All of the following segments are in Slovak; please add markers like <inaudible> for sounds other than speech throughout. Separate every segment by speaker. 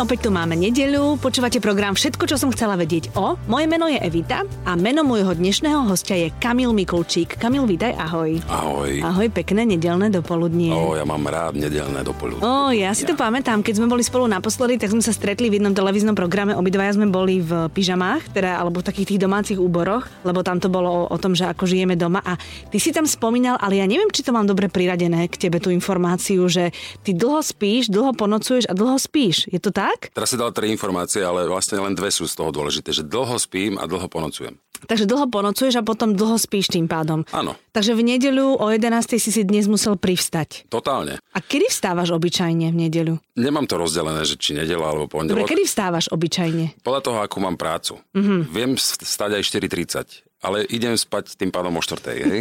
Speaker 1: Opäť tu máme nedeľu, počúvate program Všetko, čo som chcela vedieť o. Moje meno je Evita a meno môjho dnešného hostia je Kamil Mikulčík. Kamil, vítaj, ahoj.
Speaker 2: Ahoj.
Speaker 1: Ahoj, pekné nedelné dopoludnie.
Speaker 2: O, ja mám rád nedelné dopoludne.
Speaker 1: O, ja si to pamätám, keď sme boli spolu naposledy, tak sme sa stretli v jednom televíznom programe, obidvaja sme boli v pyžamách, teda, alebo v takých tých domácich úboroch, lebo tam to bolo o, o tom, že ako žijeme doma a ty si tam spomínal, ale ja neviem, či to mám dobre priradené k tebe tú informáciu, že ty dlho spíš, dlho ponocuješ a dlho spíš. Je to tak?
Speaker 2: Teraz si dal tri informácie, ale vlastne len dve sú z toho dôležité, že dlho spím a dlho ponocujem.
Speaker 1: Takže dlho ponocuješ a potom dlho spíš tým pádom.
Speaker 2: Áno.
Speaker 1: Takže v nedeľu o 11.00 si si dnes musel privstať.
Speaker 2: Totálne.
Speaker 1: A kedy vstávaš obyčajne v nedeľu?
Speaker 2: Nemám to rozdelené, že či nedela alebo
Speaker 1: Dobre,
Speaker 2: pondelok.
Speaker 1: kedy Mhm. vstávaš obyčajne?
Speaker 2: Podľa toho, akú mám prácu. Mm-hmm. Viem s- stať aj 4.30, ale idem spať tým pádom o 4.00,
Speaker 1: <laughs>
Speaker 2: hej?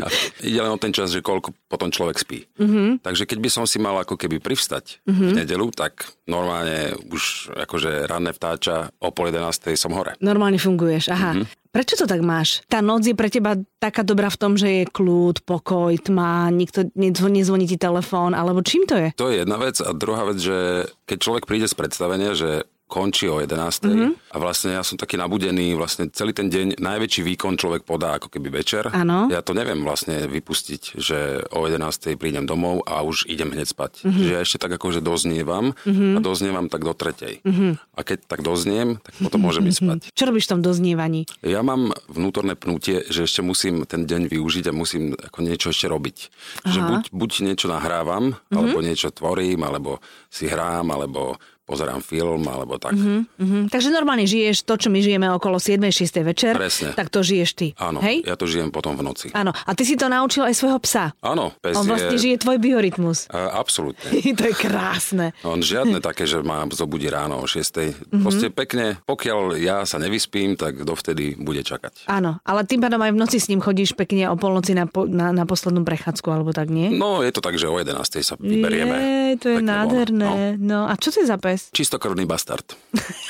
Speaker 2: A Ide len o ten čas, že koľko potom človek spí.
Speaker 1: Mhm.
Speaker 2: Mm-hmm. Takže keď by som si mal ako keby privstať mm-hmm. v nedelu, tak normálne už akože ranné vtáča o pol 11.00 som hore.
Speaker 1: Normálne funguješ, aha. Mm-hmm.
Speaker 2: Mhm.
Speaker 1: Prečo to tak máš? Tá noc je pre teba taká dobrá v tom, že je kľud, pokoj, tma, nikto nezvoní, nezvoní ti telefón, alebo čím to je?
Speaker 2: To je jedna vec. A druhá vec, že keď človek príde z predstavenia, že končí o 11. Mm-hmm. A vlastne ja som taký nabudený, vlastne celý ten deň najväčší výkon človek podá ako keby večer.
Speaker 1: Áno.
Speaker 2: Ja to neviem vlastne vypustiť, že o 11. prídem domov a už idem hneď spať. Mm-hmm. Že ja ešte tak akože doznievam mm-hmm. a doznievam tak do tretej. Mm-hmm. A keď tak dozniem, tak potom môžem ísť spať.
Speaker 1: Čo robíš v tom doznievaní?
Speaker 2: Ja mám vnútorné pnutie, že ešte musím ten deň využiť a musím ako niečo ešte robiť. Aha. Že buď, buď niečo nahrávam,
Speaker 1: Mhm.
Speaker 2: mm-hmm. alebo niečo tvorím, alebo si hrám, alebo pozerám film, alebo tak. Mm-hmm.
Speaker 1: Mhm. Takže normálne žiješ to, čo my žijeme okolo 7-6 večer,
Speaker 2: Presne.
Speaker 1: tak to žiješ ty.
Speaker 2: Áno,
Speaker 1: Hej?
Speaker 2: ja to žijem potom v noci.
Speaker 1: Áno, a ty si to naučil aj svojho psa.
Speaker 2: Áno, pes
Speaker 1: On vlastne
Speaker 2: je...
Speaker 1: žije tvoj biorytmus.
Speaker 2: A, absolútne.
Speaker 1: <laughs> to je krásne.
Speaker 2: On žiadne také, že ma zobudí ráno o 6.
Speaker 1: Mhm.
Speaker 2: Mm-hmm. Proste pekne, pokiaľ ja sa nevyspím, tak dovtedy bude čakať.
Speaker 1: Áno, ale tým pádom aj v noci s ním chodíš pekne o polnoci na, po, na, na poslednú prechádzku, alebo tak nie?
Speaker 2: No, je to tak, že o 11. sa vyberieme.
Speaker 1: Je, to je
Speaker 2: Pekne
Speaker 1: nádherné.
Speaker 2: voľno.
Speaker 1: No. no a čo to je za pes?
Speaker 2: No, čistokrvný bastard.
Speaker 1: <laughs>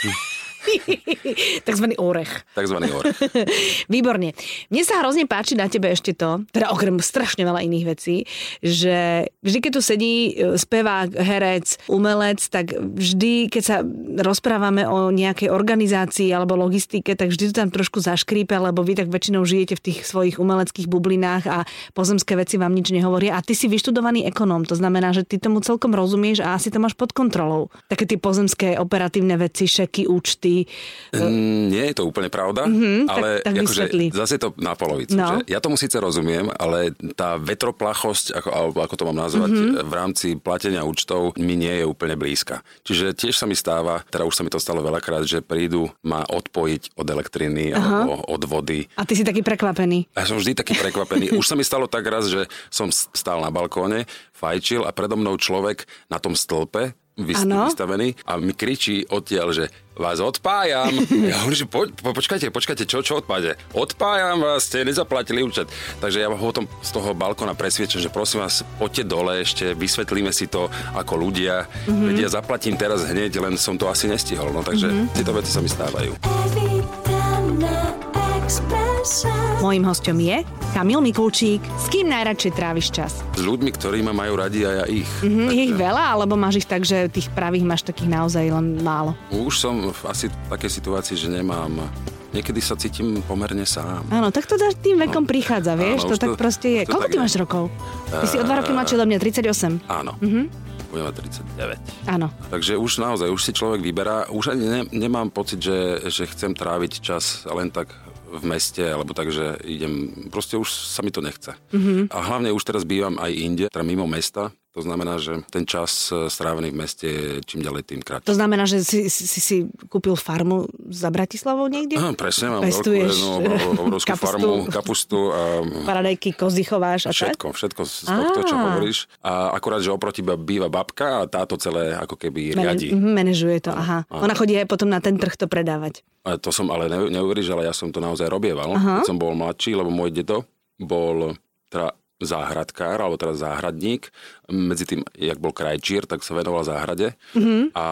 Speaker 1: Takzvaný orech.
Speaker 2: Takzvaný
Speaker 1: <laughs>
Speaker 2: orech.
Speaker 1: Výborne. Mne sa hrozne páči na tebe ešte to, teda okrem strašne veľa iných vecí, že vždy, keď tu sedí e, spevák, herec, umelec, tak vždy, keď sa rozprávame o nejakej organizácii alebo logistike, tak vždy to tam trošku zaškrípe, lebo vy tak väčšinou žijete v tých svojich umeleckých bublinách a pozemské veci vám nič nehovoria. A ty si vyštudovaný ekonóm, to znamená, že ty tomu celkom rozumieš a asi to máš pod kontrolou. Také tie pozemské operatívne veci, šeky, účty,
Speaker 2: Mm, nie je to úplne pravda, mm-hmm,
Speaker 1: Mhm, tak-
Speaker 2: ale
Speaker 1: tak
Speaker 2: akože,
Speaker 1: vysvetli.
Speaker 2: zase to na polovicu.
Speaker 1: No.
Speaker 2: No. Že ja tomu síce rozumiem, ale tá vetroplachosť, ako, alebo ako to mám nazvať,
Speaker 1: Mhm.
Speaker 2: mm-hmm. v rámci platenia účtov mi nie je úplne blízka. Čiže tiež sa mi stáva, teda už sa mi to stalo veľakrát, že prídu ma odpojiť od elektriny alebo od vody.
Speaker 1: A ty si taký prekvapený.
Speaker 2: A ja som vždy taký prekvapený. Už sa mi stalo tak raz, že som s- stál na balkóne, fajčil a predo mnou človek na tom stĺpe, vys-
Speaker 1: Áno.
Speaker 2: vystavený a mi kričí odtiaľ, že vás odpájam. Ja hovorím, že po, po, počkajte, počkajte, čo, čo odpáde? Odpájam vás, ste nezaplatili účet. Takže ja ho potom z toho balkona presviečam, že prosím vás, poďte dole ešte, vysvetlíme si to ako ľudia. Mm-hmm. Veď ja zaplatím teraz hneď, len som to asi nestihol. No takže mm-hmm. tieto veci sa mi stávajú.
Speaker 1: Mojím hostom je Kamil Mikulčík. S kým najradšej tráviš čas?
Speaker 2: S ľuďmi, ktorí ma majú radi a ja ich.
Speaker 1: Hm, je ich veľa, alebo máš ich tak, že tých pravých máš takých naozaj len málo?
Speaker 2: Už som v asi takej situácii, že nemám. Niekedy sa cítim pomerne sám.
Speaker 1: Áno, tak to za tým vekom prichádza, vieš? to
Speaker 2: No, Áno, už
Speaker 1: tak
Speaker 2: to-
Speaker 1: proste je.
Speaker 2: už to
Speaker 1: Koľko
Speaker 2: tak
Speaker 1: ty
Speaker 2: je. Eh,
Speaker 1: máš rokov? Ty si o dva roky mladší odo mňa, 38.
Speaker 2: Áno.
Speaker 1: Mhm.
Speaker 2: Mm-hmm. Budeme 39.
Speaker 1: Áno.
Speaker 2: Takže už naozaj, už si človek vyberá. Už ani ne, nemám pocit, že, že chcem tráviť čas len tak v meste, alebo tak, že idem... Proste už sa mi to nechce. Mm-hmm.
Speaker 1: Mhm.
Speaker 2: A hlavne už teraz bývam aj inde, teda mimo mesta. To znamená, že ten čas e, strávený v meste je čím ďalej tým kratší.
Speaker 1: To znamená, že si, si, si- si kúpil farmu za Bratislavou niekde?
Speaker 2: Áno, presne, mám veľkú,
Speaker 1: Pestuješ e,
Speaker 2: jednu obro- obrovskú
Speaker 1: kapustu.
Speaker 2: farmu, kapustu a
Speaker 1: Paradajky, kozy chováš a tak?
Speaker 2: Všetko, všetko z z tohto, čo
Speaker 1: Á.
Speaker 2: hovoríš. A akurát, že oproti teba býva babka a táto celé ako keby
Speaker 1: Mene-
Speaker 2: riadi.
Speaker 1: mhm, Manažuje to, aha. Ona chodí aj potom na ten trh to predávať.
Speaker 2: A to som ale ne- neuveríš, ale ja som to naozaj robieval, keď som bol mladší, lebo môj dedo bol teda záhradkár, alebo teraz záhradník. Medzi tým, jak bol krajčír, tak sa venoval záhrade. Mm-hmm.
Speaker 1: Mhm.
Speaker 2: A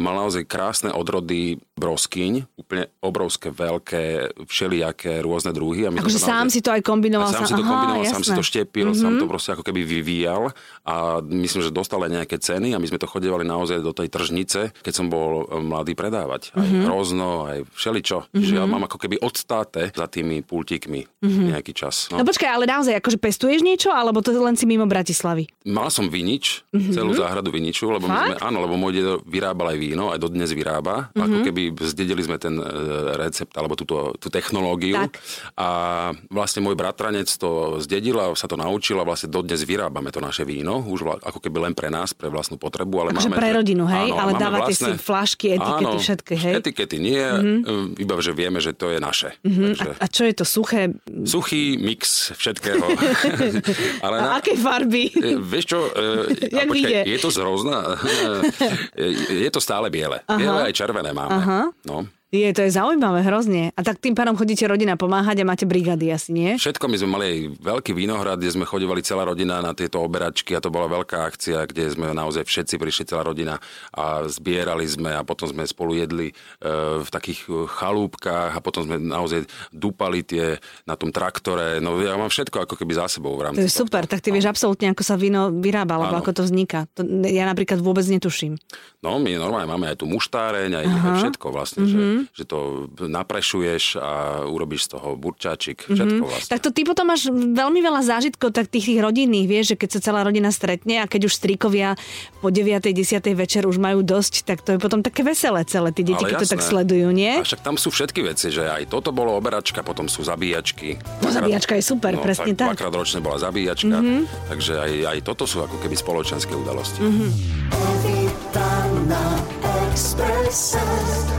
Speaker 2: mal naozaj krásne odrody broskyň, úplne obrovské, veľké, všelijaké rôzne druhy. A my
Speaker 1: Akože
Speaker 2: sme to
Speaker 1: sám si to aj kombinoval.
Speaker 2: a sám si to
Speaker 1: Aha,
Speaker 2: kombinoval, sám si
Speaker 1: jasné. Mhm.
Speaker 2: to štepil, mm-hmm. sám to proste ako keby vyvíjal a myslím, že dostal aj nejaké ceny a my sme to chodevali naozaj do tej tržnice, keď som bol e, mladý predávať. Aj
Speaker 1: Mhm.
Speaker 2: mm-hmm. hrozno, aj všeličo. Mm-hmm. Že ja mám ako keby odstáte za tými pultíkmi mm-hmm. nejaký čas.
Speaker 1: No počkaj, ale naozaj, akože pestuješ niečo, alebo to len si mimo Bratislavy?
Speaker 2: Mal som vinič,
Speaker 1: Mhm.
Speaker 2: mm-hmm. celú záhradu viniču, lebo my sme, áno, lebo môj dedo vyrábal aj víno, aj dodnes vyrába. Mm-hmm. Ako
Speaker 1: Mhm.
Speaker 2: keby zdedili sme ten e, recept, alebo túto, tú technológiu.
Speaker 1: Tak.
Speaker 2: A vlastne môj bratranec to zdedil a sa to naučil a vlastne dodnes vyrábame to naše víno, už vla, ako keby len pre nás, pre vlastnú potrebu. Ale
Speaker 1: Akože
Speaker 2: máme,
Speaker 1: pre rodinu, hej?
Speaker 2: Áno,
Speaker 1: Ale
Speaker 2: máme vlastne-
Speaker 1: dávate si flašky, etikety,
Speaker 2: áno,
Speaker 1: všetky, hej? Mhm.
Speaker 2: Etikety nie, mm-hmm. iba že vieme, že to je naše. Mm-hmm. Takže,
Speaker 1: A čo je to suché?
Speaker 2: suchý mix
Speaker 1: <laughs>
Speaker 2: všetkého. ale
Speaker 1: A akej farby?
Speaker 2: E, Vieš čo, e,
Speaker 1: <laughs>
Speaker 2: a
Speaker 1: Jak vyjde?
Speaker 2: počkaj, je to <laughs> zrozna, je to stále biele. Aha. Biele aj červené máme. Aha. No.
Speaker 1: Je, to je zaujímavé, hrozne. A tak tým pádom chodíte rodina pomáhať a máte brigády asi, nie?
Speaker 2: Všetko my sme mali aj veľký vinohrad, kde sme chodívali celá rodina na tieto oberačky a to bola veľká akcia, kde sme naozaj všetci prišli, celá rodina a zbierali sme a potom sme spolu jedli e, v takých e, chalúbkách a potom sme naozaj dupali tie na tom traktore. No ja mám všetko ako keby za sebou v
Speaker 1: To
Speaker 2: rámci
Speaker 1: je
Speaker 2: tohto.
Speaker 1: super, tak no. ty vieš absolútne, ako sa víno vyrába, alebo
Speaker 2: Áno.
Speaker 1: ako to vzniká. To, ja napríklad vôbec netuším.
Speaker 2: No, my normálne máme aj tú muštáreň, aj, aj všetko
Speaker 1: Mhm.
Speaker 2: vlastne, mm-hmm. že, že to naprešuješ a urobíš z toho burčáčik, všetko vlastne.
Speaker 1: Mhm. Tak to ty potom máš veľmi veľa zážitkov tak tých, tých rodinných, vieš, že keď sa celá rodina stretne a keď už strikovia po 9. 10. večer už majú dosť, tak to je potom také veselé celé, tí deti,
Speaker 2: Ale
Speaker 1: keď to tak
Speaker 2: jasné.
Speaker 1: sledujú, nie?
Speaker 2: A však tam sú všetky veci, že aj toto bolo oberačka, potom sú zabíjačky.
Speaker 1: No, zabíjačka je super, presne tak. Mhm.
Speaker 2: Dvakrát ročne bola zabíjačka, mm-hmm. takže aj, aj toto sú ako keby spoločenské udalosti. Mm-hmm.
Speaker 3: Evita Expressas.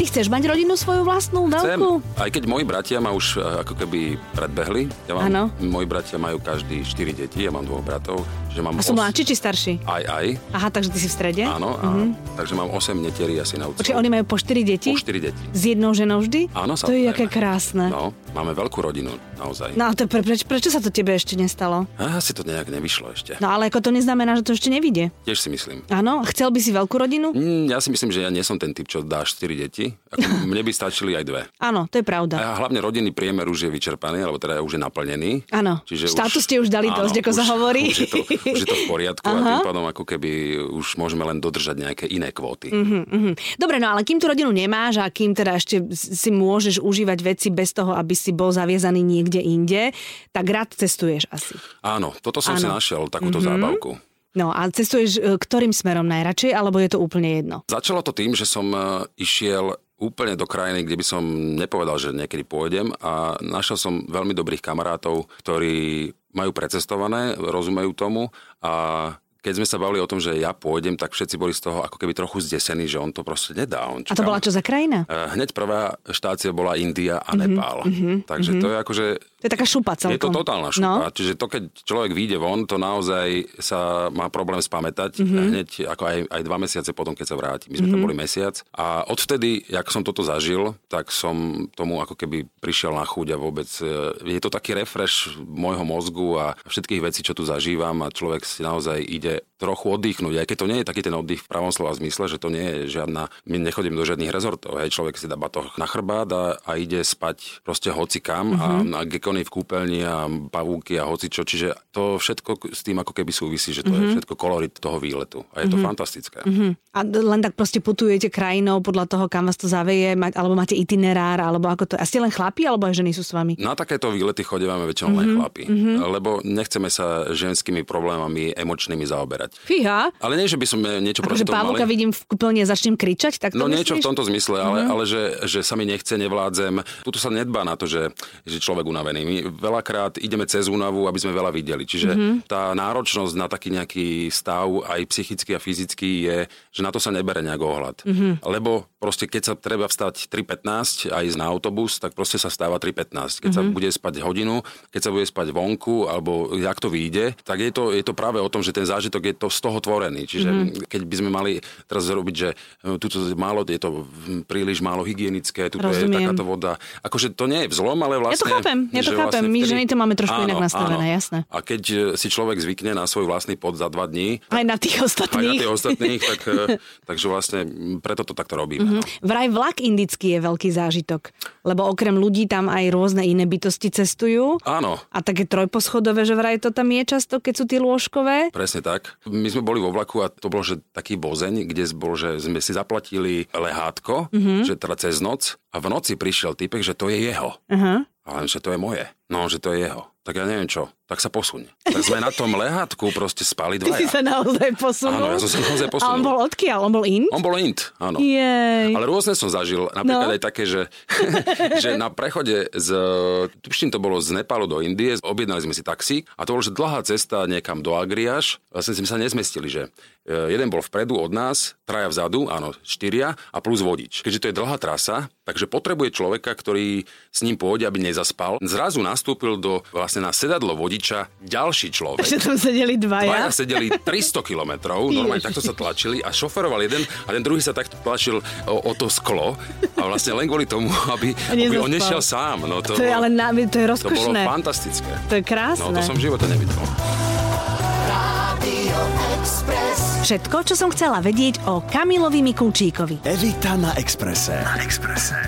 Speaker 1: Ty chceš mať rodinu svoju vlastnú veľkú?
Speaker 2: aj keď moji bratia ma už e, ako keby predbehli, ja mám,
Speaker 1: Áno.
Speaker 2: moji bratia majú každý 4 deti, ja mám dvoch bratov, že mám
Speaker 1: A sú
Speaker 2: os-
Speaker 1: mladší či starší?
Speaker 2: Aj, aj,
Speaker 1: Aha, takže ty si v strede?
Speaker 2: áno, a, mm-hmm. takže mám 8 netieri asi na
Speaker 1: Čiže Mhm. oni majú po 4 deti?
Speaker 2: Po 4 deti.
Speaker 1: S jednou ženou vždy?
Speaker 2: Áno,
Speaker 1: To je
Speaker 2: samozrejme.
Speaker 1: aké krásne.
Speaker 2: No, máme veľkú rodinu, naozaj.
Speaker 1: No a to pre, preč, prečo sa to tebe ešte nestalo?
Speaker 2: A si to nejak nevyšlo ešte.
Speaker 1: No ale ako to neznamená, že to ešte nevidie.
Speaker 2: Tiež si myslím.
Speaker 1: Áno, chcel by si veľkú rodinu?
Speaker 2: Mm, ja si myslím, že ja nie som ten typ, čo dá 4 deti. Ako,
Speaker 1: <laughs>
Speaker 2: mne by stačili aj dve.
Speaker 1: Áno, to je pravda.
Speaker 2: A hlavne rodinný priemer už je vyčerpaný, alebo teda už je naplnený.
Speaker 1: Áno. Štátu ste už dali dosť, ako sa hovorí.
Speaker 2: Už je to, už je to v poriadku a tým pádom ako keby už môžeme len dodržať nejaké iné kvóty. Mm-hmm.
Speaker 1: Mhm. Dobre, no ale kým tú rodinu nemáš a kým teda ešte si môžeš užívať veci bez toho, aby si bol zaviezaný niekde inde, tak rád cestuješ asi.
Speaker 2: Áno, toto
Speaker 1: Áno. Mhm.
Speaker 2: som si našiel, takúto mm-hmm. zábavku.
Speaker 1: No a cestuješ e, ktorým smerom najradšej, alebo je to úplne jedno?
Speaker 2: Začalo to tým, že som e, išiel úplne do krajiny, kde by som nepovedal, že niekedy pôjdem a našiel som veľmi dobrých kamarátov, ktorí majú precestované, rozumejú tomu a keď sme sa bavili o tom, že ja pôjdem, tak všetci boli z toho ako keby trochu zdesení, že on to proste nedá. On
Speaker 1: A to
Speaker 2: čaká
Speaker 1: bola čo za krajina?
Speaker 2: E, Hneď prvá štácia bola India a Nepál. Takže to je akože...
Speaker 1: mhm, To je taká šupa celkom.
Speaker 2: Je to totálna šupa. No. Čiže to, keď človek vyjde von, to naozaj sa má problém spamätať
Speaker 1: Mhm.
Speaker 2: hneď ako aj, aj dva mesiace potom, keď sa vráti. My sme tam boli mesiac. A odvtedy, jak som toto zažil, tak som tomu ako keby prišiel na chuť a vôbec... e, Je to taký refresh môjho mozgu a všetkých vecí, čo tu zažívam a človek si naozaj ide trochu oddychnúť. Aj keď to nie je taký ten oddych v pravom slova zmysle, že to nie je žiadna... My nechodím do žiadnych rezortov. Hej, človek si dá batoh na chrbát a, a ide spať proste hocikam mm-hmm. a, a gekony v kúpeľni a pavúky a hocičo. Čiže to všetko k- s tým ako keby súvisí, že to mm-hmm. je všetko kolorit toho výletu. A je to mm-hmm. fantastické. Mm-hmm.
Speaker 1: A d- len tak proste putujete krajinou podľa toho, kam vás to zaveje, ma- alebo máte itinerár, alebo ako to... A ste len chlapi, alebo aj ženy sú s vami?
Speaker 2: Na takéto výlety chodívame väčšinou mm-hmm. len chlapi, mm-hmm. lebo nechceme sa ženskými problémami emočnými zaoberať.
Speaker 1: Fíha,
Speaker 2: Ale nie, že by sme niečo proti
Speaker 1: akože
Speaker 2: tomu mali.
Speaker 1: Pavluka vidím v kúpeľni a začnem kričať, tak to
Speaker 2: No
Speaker 1: myslíš? Mhm.
Speaker 2: niečo v tomto zmysle, ale, ale že, že sa mi nechce, nevládzem. Tuto sa nedbá na to, že, že človek unavený. My veľakrát ideme cez únavu, aby sme veľa videli. Čiže
Speaker 1: Mhm.
Speaker 2: tá náročnosť na taký nejaký stav, aj psychický a fyzický, je, že na to sa nebere nejak ohľad.
Speaker 1: Mhm.
Speaker 2: Lebo proste keď sa treba vstať 3.15 a ísť na autobus, tak proste sa stáva 3.15. Keď sa
Speaker 1: Mhm.
Speaker 2: bude spať hodinu, keď sa bude spať vonku, alebo jak to vyjde, tak je to, je to práve o tom, že ten zážitok je to z toho tvorený. Čiže mm-hmm.
Speaker 1: Mhm.
Speaker 2: keď by sme mali teraz zrobiť, že e, tuto je málo, je to mm, príliš málo hygienické, tuto
Speaker 1: Rozumiem.
Speaker 2: je takáto voda. Akože to nie je vzlom,
Speaker 1: Ja
Speaker 2: ale
Speaker 1: to
Speaker 2: vlastne...
Speaker 1: chápem, ja to
Speaker 2: že
Speaker 1: chápem. My
Speaker 2: vtedy-
Speaker 1: ženy to máme trošku inak nastavené, jasné.
Speaker 2: A keď e, si človek zvykne na svoj vlastný pod za dva dní,
Speaker 1: Aj na tých
Speaker 2: aj na
Speaker 1: ostatných.
Speaker 2: tie ostatných, tak, e, takže vlastne mm, preto to takto robíme.
Speaker 1: Mhm.
Speaker 2: Mm-hmm. No.
Speaker 1: <laughs> Vraj vlak indický je veľký zážitok, lebo okrem ľudí tam aj rôzne iné bytosti cestujú.
Speaker 2: Áno,
Speaker 1: A také trojposchodové, že vraj to tam je často, keď sú tí lôžkové.
Speaker 2: Presne tak. My sme boli vo vlaku a to bol že taký bozeň, kde bol, že sme si zaplatili
Speaker 1: Mhm.
Speaker 2: lehátko, mm-hmm. že teda cez noc a v noci prišiel typek, že to je jeho.
Speaker 1: Aha.
Speaker 2: Ale že to je moje. No, že to je jeho. Tak ja neviem čo. Tak sa posuň. Tak sme na tom lehátku proste spali
Speaker 1: Ty si
Speaker 2: dvaja.
Speaker 1: sa naozaj posunul.
Speaker 2: Áno, ja som sa
Speaker 1: A
Speaker 2: naozaj
Speaker 1: on
Speaker 2: posunul.
Speaker 1: bol odkiaľ? On bol in?
Speaker 2: On bol int, áno.
Speaker 1: Jej.
Speaker 2: Ale rôzne som zažil. Napríklad
Speaker 1: No.
Speaker 2: no. aj také, že, <laughs> že na prechode z... Tuším, to bolo z Nepalu do Indie. Objednali sme si taxík a to bolo, že dlhá cesta niekam do Agriáš. Vlastne sme sa nezmestili, že e, jeden bol vpredu od nás, traja vzadu, áno, štyria a plus vodič. Keďže to je dlhá trasa, takže potrebuje človeka, ktorý s ním pôjde, aby nezaspal. Zrazu nastúpil do vlastne na sedadlo vodiča ďalší človek.
Speaker 1: Že tam sedeli
Speaker 2: Dvaja
Speaker 1: dvaja.
Speaker 2: sedeli 300 kilometrov, normálne takto sa tlačili a šoferoval jeden a ten druhý sa takto tlačil o, o to sklo a vlastne len kvôli tomu, aby, aby
Speaker 1: nezaspal.
Speaker 2: on nešiel sám. No to,
Speaker 1: To je ale na, to je
Speaker 2: to bolo
Speaker 1: rozkošné.
Speaker 2: fantastické.
Speaker 1: To je krásne.
Speaker 2: No to som v živote nevidel.
Speaker 3: Radio Express.
Speaker 1: Všetko, čo som chcela vedieť o Kamilovi Mikulčíkovi.
Speaker 4: Evita na Exprese. Na Exprese.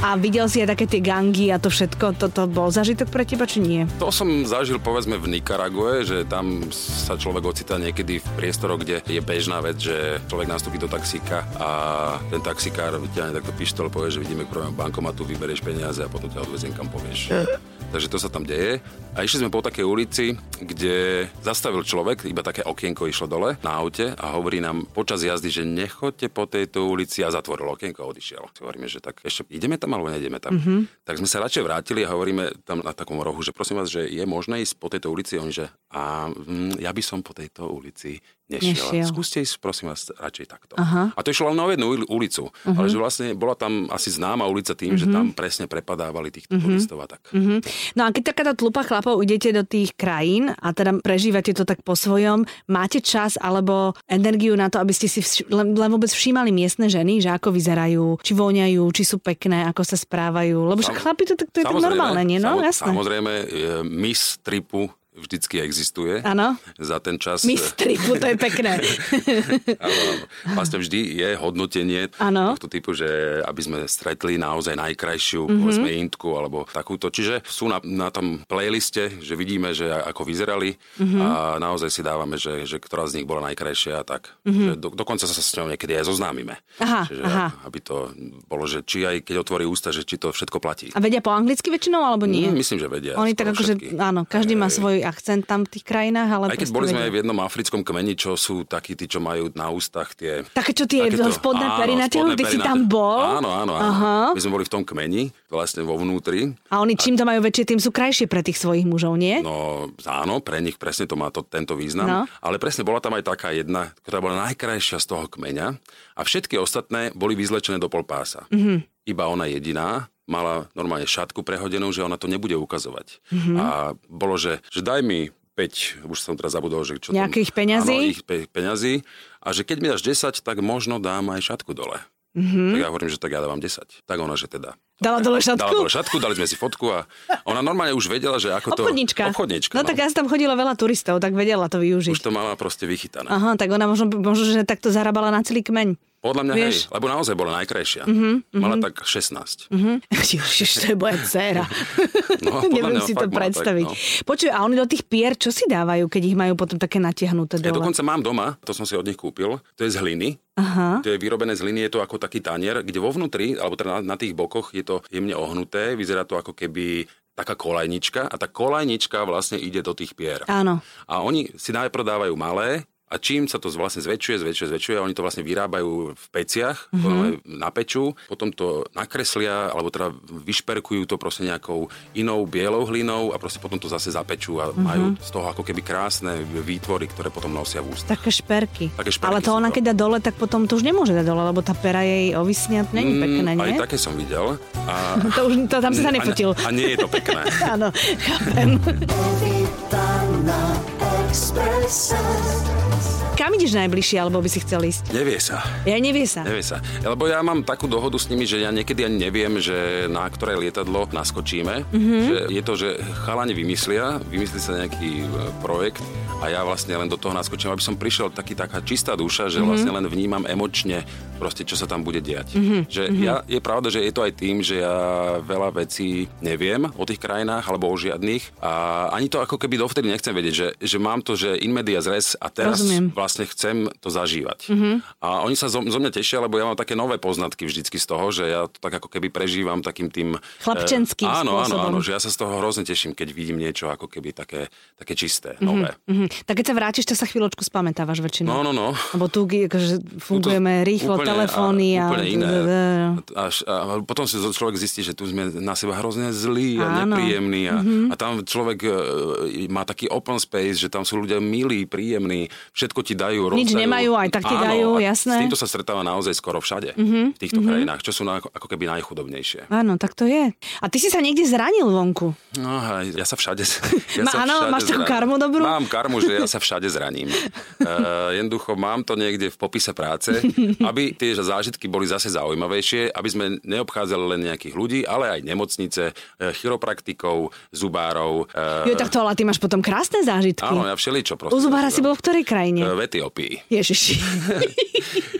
Speaker 1: A videl si aj také tie gangy a to všetko, toto bol zažitok pre teba, či nie?
Speaker 2: To som zažil povedzme v Nikarague, že tam sa človek ocitá niekedy v priestoroch, kde je bežná vec, že človek nastúpi do taxíka a ten taxikár vyťahne takto pištol, povie, že vidíme k prvému bankomatu, vyberieš peniaze a potom ťa odveziem kam povieš. Takže to sa tam deje. A išli sme po takej ulici, kde zastavil človek, iba také okienko išlo dole na aute a hovorí nám počas jazdy, že nechoďte po tejto ulici a zatvoril okienko a odišiel. Si Hovoríme, že tak ešte ideme tam alebo nejdeme tam. Mm-hmm. Tak sme sa radšej vrátili a hovoríme tam na takom rohu, že prosím vás, že je možné ísť po tejto ulici. A Oni, že a mm, ja by som po tejto ulici nešiel.
Speaker 1: Nešiel.
Speaker 2: nešiel. Skúste ísť, prosím vás, radšej takto. Aha. A to išlo len o jednu uli- ulicu, uh-huh. ale že vlastne bola tam asi známa ulica tým, uh-huh. že tam presne prepadávali týchto uh-huh. turistov a tak. Uh-huh.
Speaker 1: Mhm. No a keď takáto tlupa chlapov idete do tých krajín a teda prežívate to tak po svojom, máte čas alebo energiu na to, aby ste si vš- len, len vôbec všímali miestne ženy, že ako vyzerajú, či voňajú, či sú pekné, ako sa správajú. Lebo však
Speaker 2: Sam-
Speaker 1: chlapi to, tak- to je tak
Speaker 2: Samozrejme,
Speaker 1: normálne, nie? No,
Speaker 2: samo-
Speaker 1: jasné.
Speaker 2: Samozrejme, e, Miss Tripu vždycky existuje.
Speaker 1: Áno.
Speaker 2: Za ten čas. e,
Speaker 1: Mistripu, <laughs> to je pekné.
Speaker 2: <laughs> Áno, áno. Vlastne vždy je hodnotenie
Speaker 1: Áno. Mhm.
Speaker 2: tohto typu, že aby sme stretli naozaj najkrajšiu, mm-hmm. povedzme intku alebo takúto. Čiže sú na, na tom playliste, že vidíme, že a- ako vyzerali
Speaker 1: Mhm.
Speaker 2: mm-hmm. a naozaj si dávame, že, že ktorá z nich bola najkrajšia a tak. Mm-hmm. Že do, dokonca sa s ňou niekedy aj zoznámime.
Speaker 1: Mhm. Aha,
Speaker 2: Čiže
Speaker 1: aha.
Speaker 2: aby to bolo, že či aj keď otvorí ústa, že či to všetko platí.
Speaker 1: A vedia po anglicky väčšinou, alebo nie?
Speaker 2: Mm, Myslím, že vedia.
Speaker 1: Mhm. Oni
Speaker 2: skoro
Speaker 1: tak akože,
Speaker 2: všetky.
Speaker 1: áno, každý má
Speaker 2: Hej.
Speaker 1: svoj akcent tam v tých krajinách, ale
Speaker 2: Aj keď
Speaker 1: proste
Speaker 2: boli sme aj
Speaker 1: vedia.
Speaker 2: v jednom africkom kmeni, čo sú takí tí, čo majú na ústach tie...
Speaker 1: Také, čo tie
Speaker 2: takéto-
Speaker 1: spodné
Speaker 2: áno,
Speaker 1: pery na ťahu,
Speaker 2: spodné
Speaker 1: ty
Speaker 2: pery
Speaker 1: si
Speaker 2: na
Speaker 1: tam
Speaker 2: ťahu.
Speaker 1: bol?
Speaker 2: Áno, áno, áno.
Speaker 1: Aha.
Speaker 2: My sme boli v tom kmeni, vlastne vo vnútri.
Speaker 1: A oni čím to majú väčšie, tým sú krajšie pre tých svojich mužov, nie?
Speaker 2: No áno, pre nich presne to má to, tento
Speaker 1: No.
Speaker 2: význam. Ale presne bola tam aj taká jedna, ktorá bola najkrajšia z toho kmeňa a všetky ostatné boli vyzlečené do polpása.
Speaker 1: Mhm.
Speaker 2: Mm-hmm. Iba ona jediná mala normálne šatku prehodenú, že ona to nebude ukazovať.
Speaker 1: Mhm.
Speaker 2: Mm-hmm. A bolo, že, že daj mi 5, už som teraz zabudol, že čo
Speaker 1: Nejakých
Speaker 2: tam,
Speaker 1: peňazí?
Speaker 2: Áno, ich pe- peňazí. A že keď mi dáš 10, tak možno dám aj šatku dole.
Speaker 1: Mhm.
Speaker 2: Mm-hmm. Tak ja hovorím, že tak ja dávam 10. Tak ona, že teda.
Speaker 1: Dala dole šatku?
Speaker 2: Dala dole šatku, dali sme si fotku a ona normálne už vedela, že ako to...
Speaker 1: Obchodnička.
Speaker 2: Obchodnička.
Speaker 1: No, tak asi tam chodilo veľa turistov, tak vedela to využiť.
Speaker 2: Už to mala proste vychytané.
Speaker 1: Aha, tak ona možno, možno, že takto zarábala na celý kmeň.
Speaker 2: Podľa mňa,
Speaker 1: Vieš? Mhm,
Speaker 2: hej, lebo naozaj bola najkrajšia. Uh-huh, uh-huh. Mala tak 16. Uh-huh.
Speaker 1: <laughs> Ježiš, to je moja dcéra.
Speaker 2: <laughs> No, podľa
Speaker 1: Mhm. <laughs> Neviem
Speaker 2: mňa
Speaker 1: si
Speaker 2: fakt
Speaker 1: to
Speaker 2: mala tak,
Speaker 1: predstaviť.
Speaker 2: no.
Speaker 1: Počuj, a oni do tých pier, čo si dávajú, keď ich majú potom také natiahnuté
Speaker 2: Ja
Speaker 1: dole?
Speaker 2: dokonca mám doma, to som si od nich kúpil, to je z hliny.
Speaker 1: Aha.
Speaker 2: To je vyrobené z hliny, je to ako taký tanier, kde vo vnútri, alebo teda na, na tých bokoch je to jemne ohnuté, vyzerá to ako keby taká kolajnička a tá kolajnička vlastne ide do tých pier.
Speaker 1: Áno.
Speaker 2: A oni si najprv dávajú malé a čím sa to vlastne zväčšuje, zväčšuje, zväčšuje, a oni to vlastne vyrábajú v
Speaker 1: Mhm.
Speaker 2: peciach, mm-hmm. na peču, potom to nakreslia, alebo teda vyšperkujú to proste nejakou inou bielou hlinou a proste potom to zase zapečú
Speaker 1: Mhm.
Speaker 2: a mm-hmm. majú z toho ako keby krásne výtvory, ktoré potom nosia v ústach.
Speaker 1: Také šperky.
Speaker 2: Také šperky
Speaker 1: Ale to
Speaker 2: sú no.
Speaker 1: ona
Speaker 2: to.
Speaker 1: keď dá dole, tak potom to už nemôže dať dole, lebo tá pera jej ovisnia, to není pekné, nie?
Speaker 2: Mm, Aj také som videl. A,
Speaker 1: To už, to, <laughs> tam si sa nefotil.
Speaker 2: A, a nie je to
Speaker 1: <laughs>
Speaker 2: pekné.
Speaker 1: Áno, chápem.
Speaker 3: Evita na Express.
Speaker 1: kam ideš najbližšie, alebo by si chcel ísť?
Speaker 2: Nevie sa.
Speaker 1: Ja nevie sa.
Speaker 2: Nevie sa. Lebo ja mám takú dohodu s nimi, že ja niekedy ani neviem, že na ktoré lietadlo
Speaker 1: Mhm.
Speaker 2: naskočíme. Mm-hmm. Že je to, že chalani vymyslia, vymyslí sa nejaký e, projekt a ja vlastne len do toho naskočím, aby som prišiel taký taká čistá
Speaker 1: Mhm.
Speaker 2: duša, že mm-hmm. vlastne len vnímam emočne proste, čo sa tam bude diať.
Speaker 1: Mhm.
Speaker 2: Mm-hmm. Že mm-hmm. Ja, je pravda, že je to aj tým, že ja veľa vecí neviem o tých krajinách alebo o žiadnych a ani to ako keby dovtedy nechcem vedieť, že, že mám to, že in media zres a teraz
Speaker 1: Rozumiem.
Speaker 2: vlastne chcem to zažívať.
Speaker 1: Mhm.
Speaker 2: Mm-hmm. A oni sa zo, zo mňa tešia, lebo ja mám také nové poznatky vždycky z toho, že ja to tak ako keby prežívam takým tým...
Speaker 1: Chlapčenským
Speaker 2: eh, áno, áno,
Speaker 1: spôsobom.
Speaker 2: áno, že ja sa z toho hrozne teším, keď vidím niečo ako keby také, také čisté, nové.
Speaker 1: Mhm. Tak keď sa vrátiš, to sa chvíľočku spamätávaš väčšinou.
Speaker 2: No, no,
Speaker 1: <laughs>
Speaker 2: no.
Speaker 1: Lebo tu akože, fungujeme rýchlo,
Speaker 2: úplne,
Speaker 1: telefóny a...
Speaker 2: Úplne iné. Až, a potom si zo- človek zistí, že tu sme na seba hrozne zlí a
Speaker 1: Áno. Mhm.
Speaker 2: nepríjemní. A, mm-hmm. a tam človek e, má taký open space, že tam sú ľudia milí, príjemní, všetko ti dajú,
Speaker 1: Nič
Speaker 2: rozdajú.
Speaker 1: nemajú, aj tak ti
Speaker 2: Áno,
Speaker 1: dajú,
Speaker 2: a
Speaker 1: jasné. Mhm.
Speaker 2: S týmto sa stretáva naozaj skoro všade mm-hmm. v týchto mm-hmm. krajinách, čo sú na, ako keby najchudobnejšie.
Speaker 1: Áno, tak to je. A ty si sa niekde zranil vonku.
Speaker 2: No a ja sa všade, ja
Speaker 1: Ma-
Speaker 2: sa
Speaker 1: áno,
Speaker 2: všade
Speaker 1: máš takú
Speaker 2: zraním.
Speaker 1: karmu dobrú?
Speaker 2: Mám karmu, že ja sa všade
Speaker 1: <laughs>
Speaker 2: zraním. Uh, jednoducho mám to niekde v popise práce, aby tie zážitky boli zase zaujímavejšie, aby sme neobchádzali len nejakých ľudí, ale aj nemocnice, eh, chiropraktikov, zubárov. eh,
Speaker 1: Jo, tak to, ale ty máš potom krásne zážitky.
Speaker 2: Áno, ja všeličo proste.
Speaker 1: U zubára si bol v ktorej
Speaker 2: Eh,
Speaker 1: krajine?
Speaker 2: V Etiópii. <laughs>
Speaker 1: Ježiši.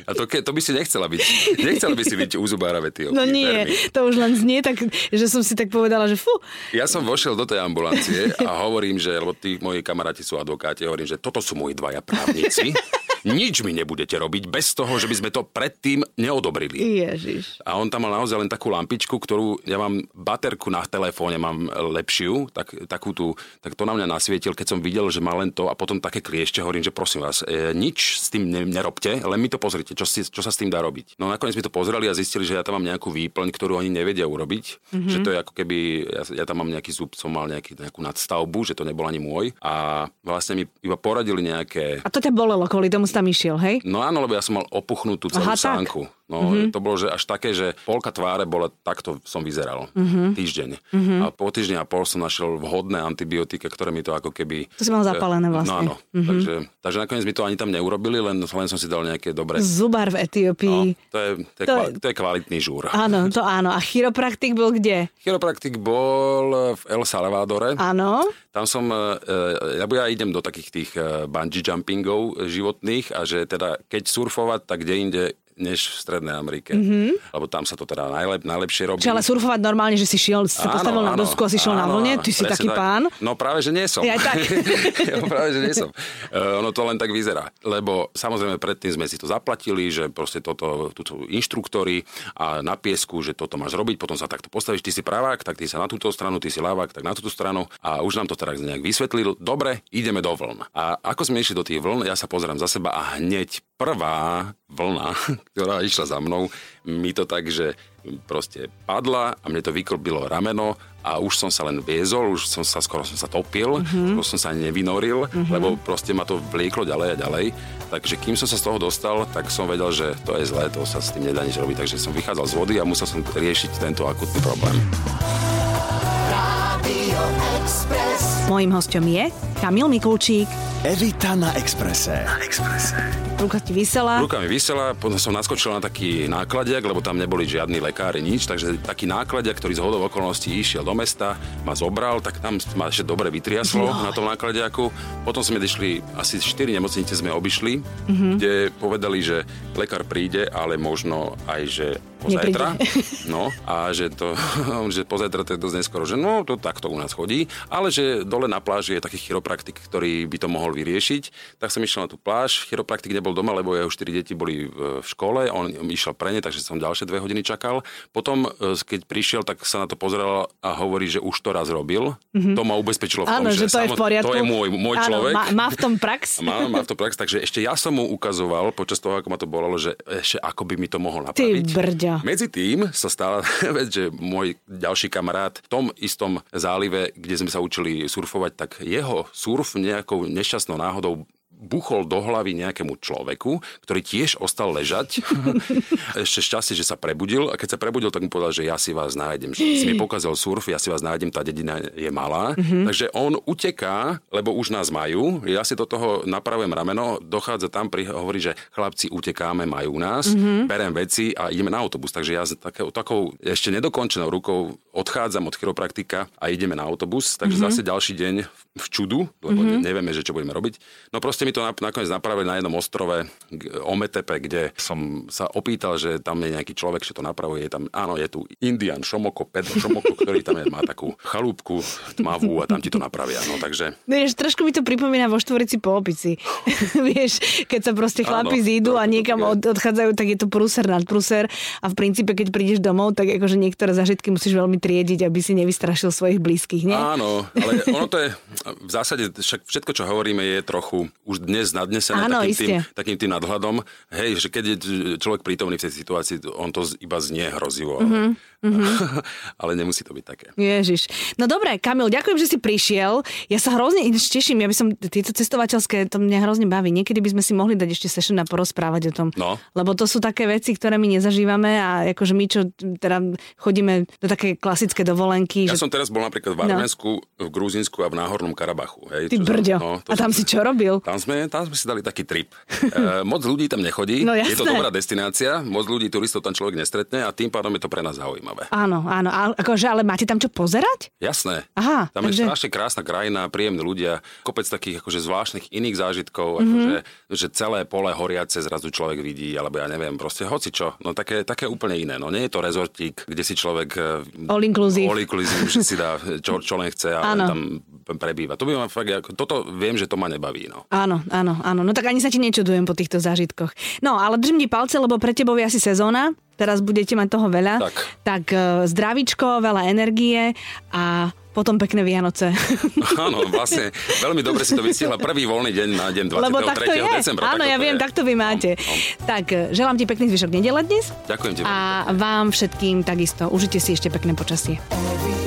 Speaker 2: A to, ke, to by si nechcela byť. Nechcela by si byť u zubára v Etiópii.
Speaker 1: No
Speaker 2: ver mi.
Speaker 1: nie, to už len znie tak, že som si tak povedala, že fú.
Speaker 2: Ja som vošiel do tej ambulancie a hovorím, že, lebo tí moji kamaráti sú advokáti, hovorím, že toto sú moji dvaja právnici. Nič mi nebudete robiť bez toho, že by sme to predtým neodobrili.
Speaker 1: Ježiš.
Speaker 2: A on tam mal naozaj len takú lampičku, ktorú ja mám baterku na telefóne, mám lepšiu, tak, takú tú, tak to na mňa nasvietil, keď som videl, že má len to a potom také kliešte, hovorím, že prosím vás, e, nič s tým ne, nerobte, len mi to pozrite, čo, si, čo sa s tým dá robiť. No nakoniec mi to pozreli a zistili, že ja tam mám nejakú výplň, ktorú oni nevedia urobiť, mm-hmm. že to je ako keby, ja, ja tam mám nejaký zub, som mal nejaký, nejakú nadstavbu, že to nebol ani môj a vlastne mi iba poradili nejaké
Speaker 1: A to ťa bolelo, kvôli tomu si tam išiel, hej?
Speaker 2: No áno, lebo ja som mal opuchnutú celú
Speaker 1: Aha,
Speaker 2: Aha,
Speaker 1: tak. Mhm.
Speaker 2: sánku. No mm-hmm. to bolo že až také, že polka tváre bola, takto som vyzeral. Mm-hmm.
Speaker 1: Mhm.
Speaker 2: Týždeň. Mm-hmm. A po týždni a pol som našiel vhodné antibiotika, ktoré mi to ako keby... e,
Speaker 1: To si mal zapálené vlastne.
Speaker 2: No áno. Mm-hmm. Takže, takže nakoniec mi to ani tam neurobili, len, len som si dal nejaké dobré...
Speaker 1: Zubár v Etiópii.
Speaker 2: No, to, je, to,
Speaker 1: To
Speaker 2: je, to,
Speaker 1: je-
Speaker 2: je... to je kvalitný žúr.
Speaker 1: Áno, to áno. A chiropraktik bol kde?
Speaker 2: Chiropraktik bol v El Salvadore.
Speaker 1: Áno.
Speaker 2: Tam som, e, e, lebo ja idem do takých tých e, bungee jumpingov e, životných a že teda keď surfovať, tak kde inde než v Strednej Amerike. Mm-hmm. Lebo tam sa to teda najlep, najlepšie robí.
Speaker 1: Čiže ale surfovať normálne, že si šiel, si sa
Speaker 2: Áno,
Speaker 1: postavil na
Speaker 2: áno,
Speaker 1: dosku a si šiel na
Speaker 2: áno,
Speaker 1: vlne, ty si
Speaker 2: presne
Speaker 1: taký
Speaker 2: tak.
Speaker 1: pán.
Speaker 2: No práve, že nie som.
Speaker 1: Ja
Speaker 2: <laughs>
Speaker 1: tak.
Speaker 2: ja práve, že nie som. E, ono to len tak vyzerá. Lebo samozrejme predtým sme si to zaplatili, že proste toto, tu sú inštruktory a na piesku, že toto máš robiť, potom sa takto postavíš, ty si pravák, tak ty sa na túto stranu, ty si ľavák, tak na túto stranu a už nám to teraz nejak vysvetlil. Dobre, ideme do vln. A ako sme išli do tých vln, ja sa pozerám za seba a hneď prvá vlna, <laughs> ktorá išla za mnou, mi to tak, že proste padla a mne to vyklbilo rameno a už som sa len viezol, už som sa skoro som sa topil, mm-hmm. skoro som sa ani nevynoril, mm-hmm. lebo proste ma to vlieklo ďalej a ďalej. Takže kým som sa z toho dostal, tak som vedel, že to je zlé, to sa s tým nedá nič robiť. Takže som vychádzal z vody a musel som riešiť tento akutný problém.
Speaker 3: Radio Express,
Speaker 1: Mojím hostom je Kamil Mikulčík.
Speaker 4: Evita na Exprese. Na Exprese.
Speaker 1: Ruka ti vysela.
Speaker 2: Ruka mi vysela, potom som naskočil na taký nákladiak, lebo tam neboli žiadni lekári, nič, takže taký nákladiak, ktorý z hodov okolností išiel do mesta, ma zobral, tak tam ma ešte dobre vytriaslo na tom nákladiaku. Potom sme išli, asi 4 nemocnice sme obišli, kde povedali, že lekár príde, ale možno aj, že pozajtra. No a že to, <laughs> že pozajtra to je dosť neskoro, že no to takto u nás chodí, ale že dole na pláži je taký chiropraktik, ktorý by to mohol vyriešiť. Tak som išiel na tú pláž, chiropraktik nebol doma, lebo jeho štyri deti boli v v škole, on išiel pre ne, takže som ďalšie dve hodiny čakal. Potom, e, keď prišiel, tak sa na to pozrel a hovorí, že už to raz robil. Mm-hmm. To ma ubezpečilo v tom,
Speaker 1: Mhm. Áno, že to je v
Speaker 2: samo-
Speaker 1: poriadku.
Speaker 2: To je môj, môj
Speaker 1: Áno,
Speaker 2: človek.
Speaker 1: Má, má v tom prax.
Speaker 2: Má, má v to prax, takže ešte ja som mu ukazoval počas toho, ako ma to bolelo, že ešte ako by mi to mohol napraviť.
Speaker 1: brďo.
Speaker 2: Medzi tým sa stala <laughs> vec, že môj ďalší kamarát v tom istom zálive, kde sme sa učili surfovať, tak jeho surf nejakou nešťastnou náhodou buchol do hlavy nejakému človeku, ktorý tiež ostal ležať. Ešte šťastie, že sa prebudil a keď sa prebudil, tak mu povedal, že ja si vás nájdem. Že si mi pokazal surf, ja si vás nájdem, tá dedina je malá. Mm-hmm. Takže on uteká, lebo už nás majú. Ja si do toho napravujem rameno, dochádza tam, pri, hovorí, že chlapci utekáme, majú nás, mm-hmm. berem veci a ideme na autobus. Takže ja s takou, takou ešte nedokončenou rukou odchádzam od chiropraktika a ideme na autobus. Takže mm-hmm. zase ďalší deň v čudu, lebo mm-hmm. nevieme, že čo budeme robiť. No proste mi to nap- nakoniec napravili na jednom ostrove k- Ometepe, kde som sa opýtal, že tam je nejaký človek, čo to napravuje. Je tam, áno, je tu Indian Šomoko, Pedro Šomoko, ktorý tam je, má takú chalúbku tmavú a tam ti to napravia. No takže
Speaker 1: Vieš, trošku mi to pripomína vo štvorici po opici. <laughs> Vieš, keď sa proste chlapi
Speaker 2: Áno,
Speaker 1: zídu a
Speaker 2: trošku to
Speaker 1: niekam
Speaker 2: tak je.
Speaker 1: od, odchádzajú, tak je to prúser nad prúser a v princípe, keď prídeš domov, tak akože niektoré zažitky musíš veľmi triediť, aby si nevystrašil svojich blízkych, nie?
Speaker 2: Áno, ale ono to je, v zásade však všetko, čo hovoríme, je trochu už dnes nadnesené
Speaker 1: Áno,
Speaker 2: takým,
Speaker 1: iste.
Speaker 2: tým, takým tým nadhľadom. Hej, že keď je človek prítomný v tej situácii, on to z- iba znie hrozivo.
Speaker 1: Mhm,
Speaker 2: Mm-hmm. <laughs> ale nemusí to byť také.
Speaker 1: Ježiš. No dobre, Kamil, ďakujem, že si prišiel. Ja sa hrozne ináč teším, ja by som, tieto cestovateľské, to mňa hrozne baví. Niekedy by sme si mohli dať ešte session a porozprávať o tom.
Speaker 2: No.
Speaker 1: Lebo to sú také veci, ktoré my nezažívame a akože my, čo teda chodíme do také klasické dovolenky,
Speaker 2: Ja
Speaker 1: že
Speaker 2: som teraz bol napríklad v Arménsku, v Gruzínsku a v Náhornom Karabachu.
Speaker 1: No.
Speaker 2: Hej,
Speaker 1: ty
Speaker 2: čo som-
Speaker 1: brďo.
Speaker 2: No, to
Speaker 1: a tam
Speaker 2: som-
Speaker 1: si čo robil?
Speaker 2: Tam sme, tam sme si dali
Speaker 1: <laughs>
Speaker 2: taký trip. E, moc ľudí tam nechodí,
Speaker 1: No
Speaker 2: je to
Speaker 1: jasné.
Speaker 2: dobrá destinácia, moc ľudí, turistov tam človek nestretne a tým pádom je to pre nás zaujímavé.
Speaker 1: Áno, áno. A, akože, ale máte tam čo pozerať?
Speaker 2: Jasné.
Speaker 1: Aha,
Speaker 2: tam
Speaker 1: takže-
Speaker 2: je strašne krásna krajina, príjemní ľudia, kopec takých akože zvláštnych iných
Speaker 1: Mhm.
Speaker 2: zážitkov, mm-hmm. akože, že celé pole horiace zrazu človek vidí, alebo ja neviem, proste hocičo. No také, také úplne iné. No nie je to rezortík, kde si človek... eh,
Speaker 1: All inclusive.
Speaker 2: All inclusive, že si dá čo, čo len chce a
Speaker 1: Áno.
Speaker 2: len tam prebýva. To by ma fakt, ako- toto viem, že to ma nebaví. No. <laughs>
Speaker 1: Áno, áno, áno. No tak ani sa ti nečudujem po týchto zážitkoch. No, ale držím ti palce, lebo pre tebou je asi sezóna. Teraz budete mať toho veľa.
Speaker 2: Tak.
Speaker 1: tak e, zdravičko, veľa energie a potom pekné
Speaker 2: <laughs>
Speaker 1: Vianoce.
Speaker 2: Áno, vlastne veľmi dobre si to vystihla prvý voľný deň na deň 23.
Speaker 1: Lebo tak to je.
Speaker 2: decembra.
Speaker 1: Áno,
Speaker 2: takto
Speaker 1: ja
Speaker 2: to
Speaker 1: viem,
Speaker 2: je.
Speaker 1: takto vy máte.
Speaker 2: No, no.
Speaker 1: Tak, e, želám ti pekný zvyšok nedele dnes
Speaker 2: Ďakujem ti. veľmi.
Speaker 1: a vám všetkým takisto. Užite si ešte pekné počasie.
Speaker 3: Every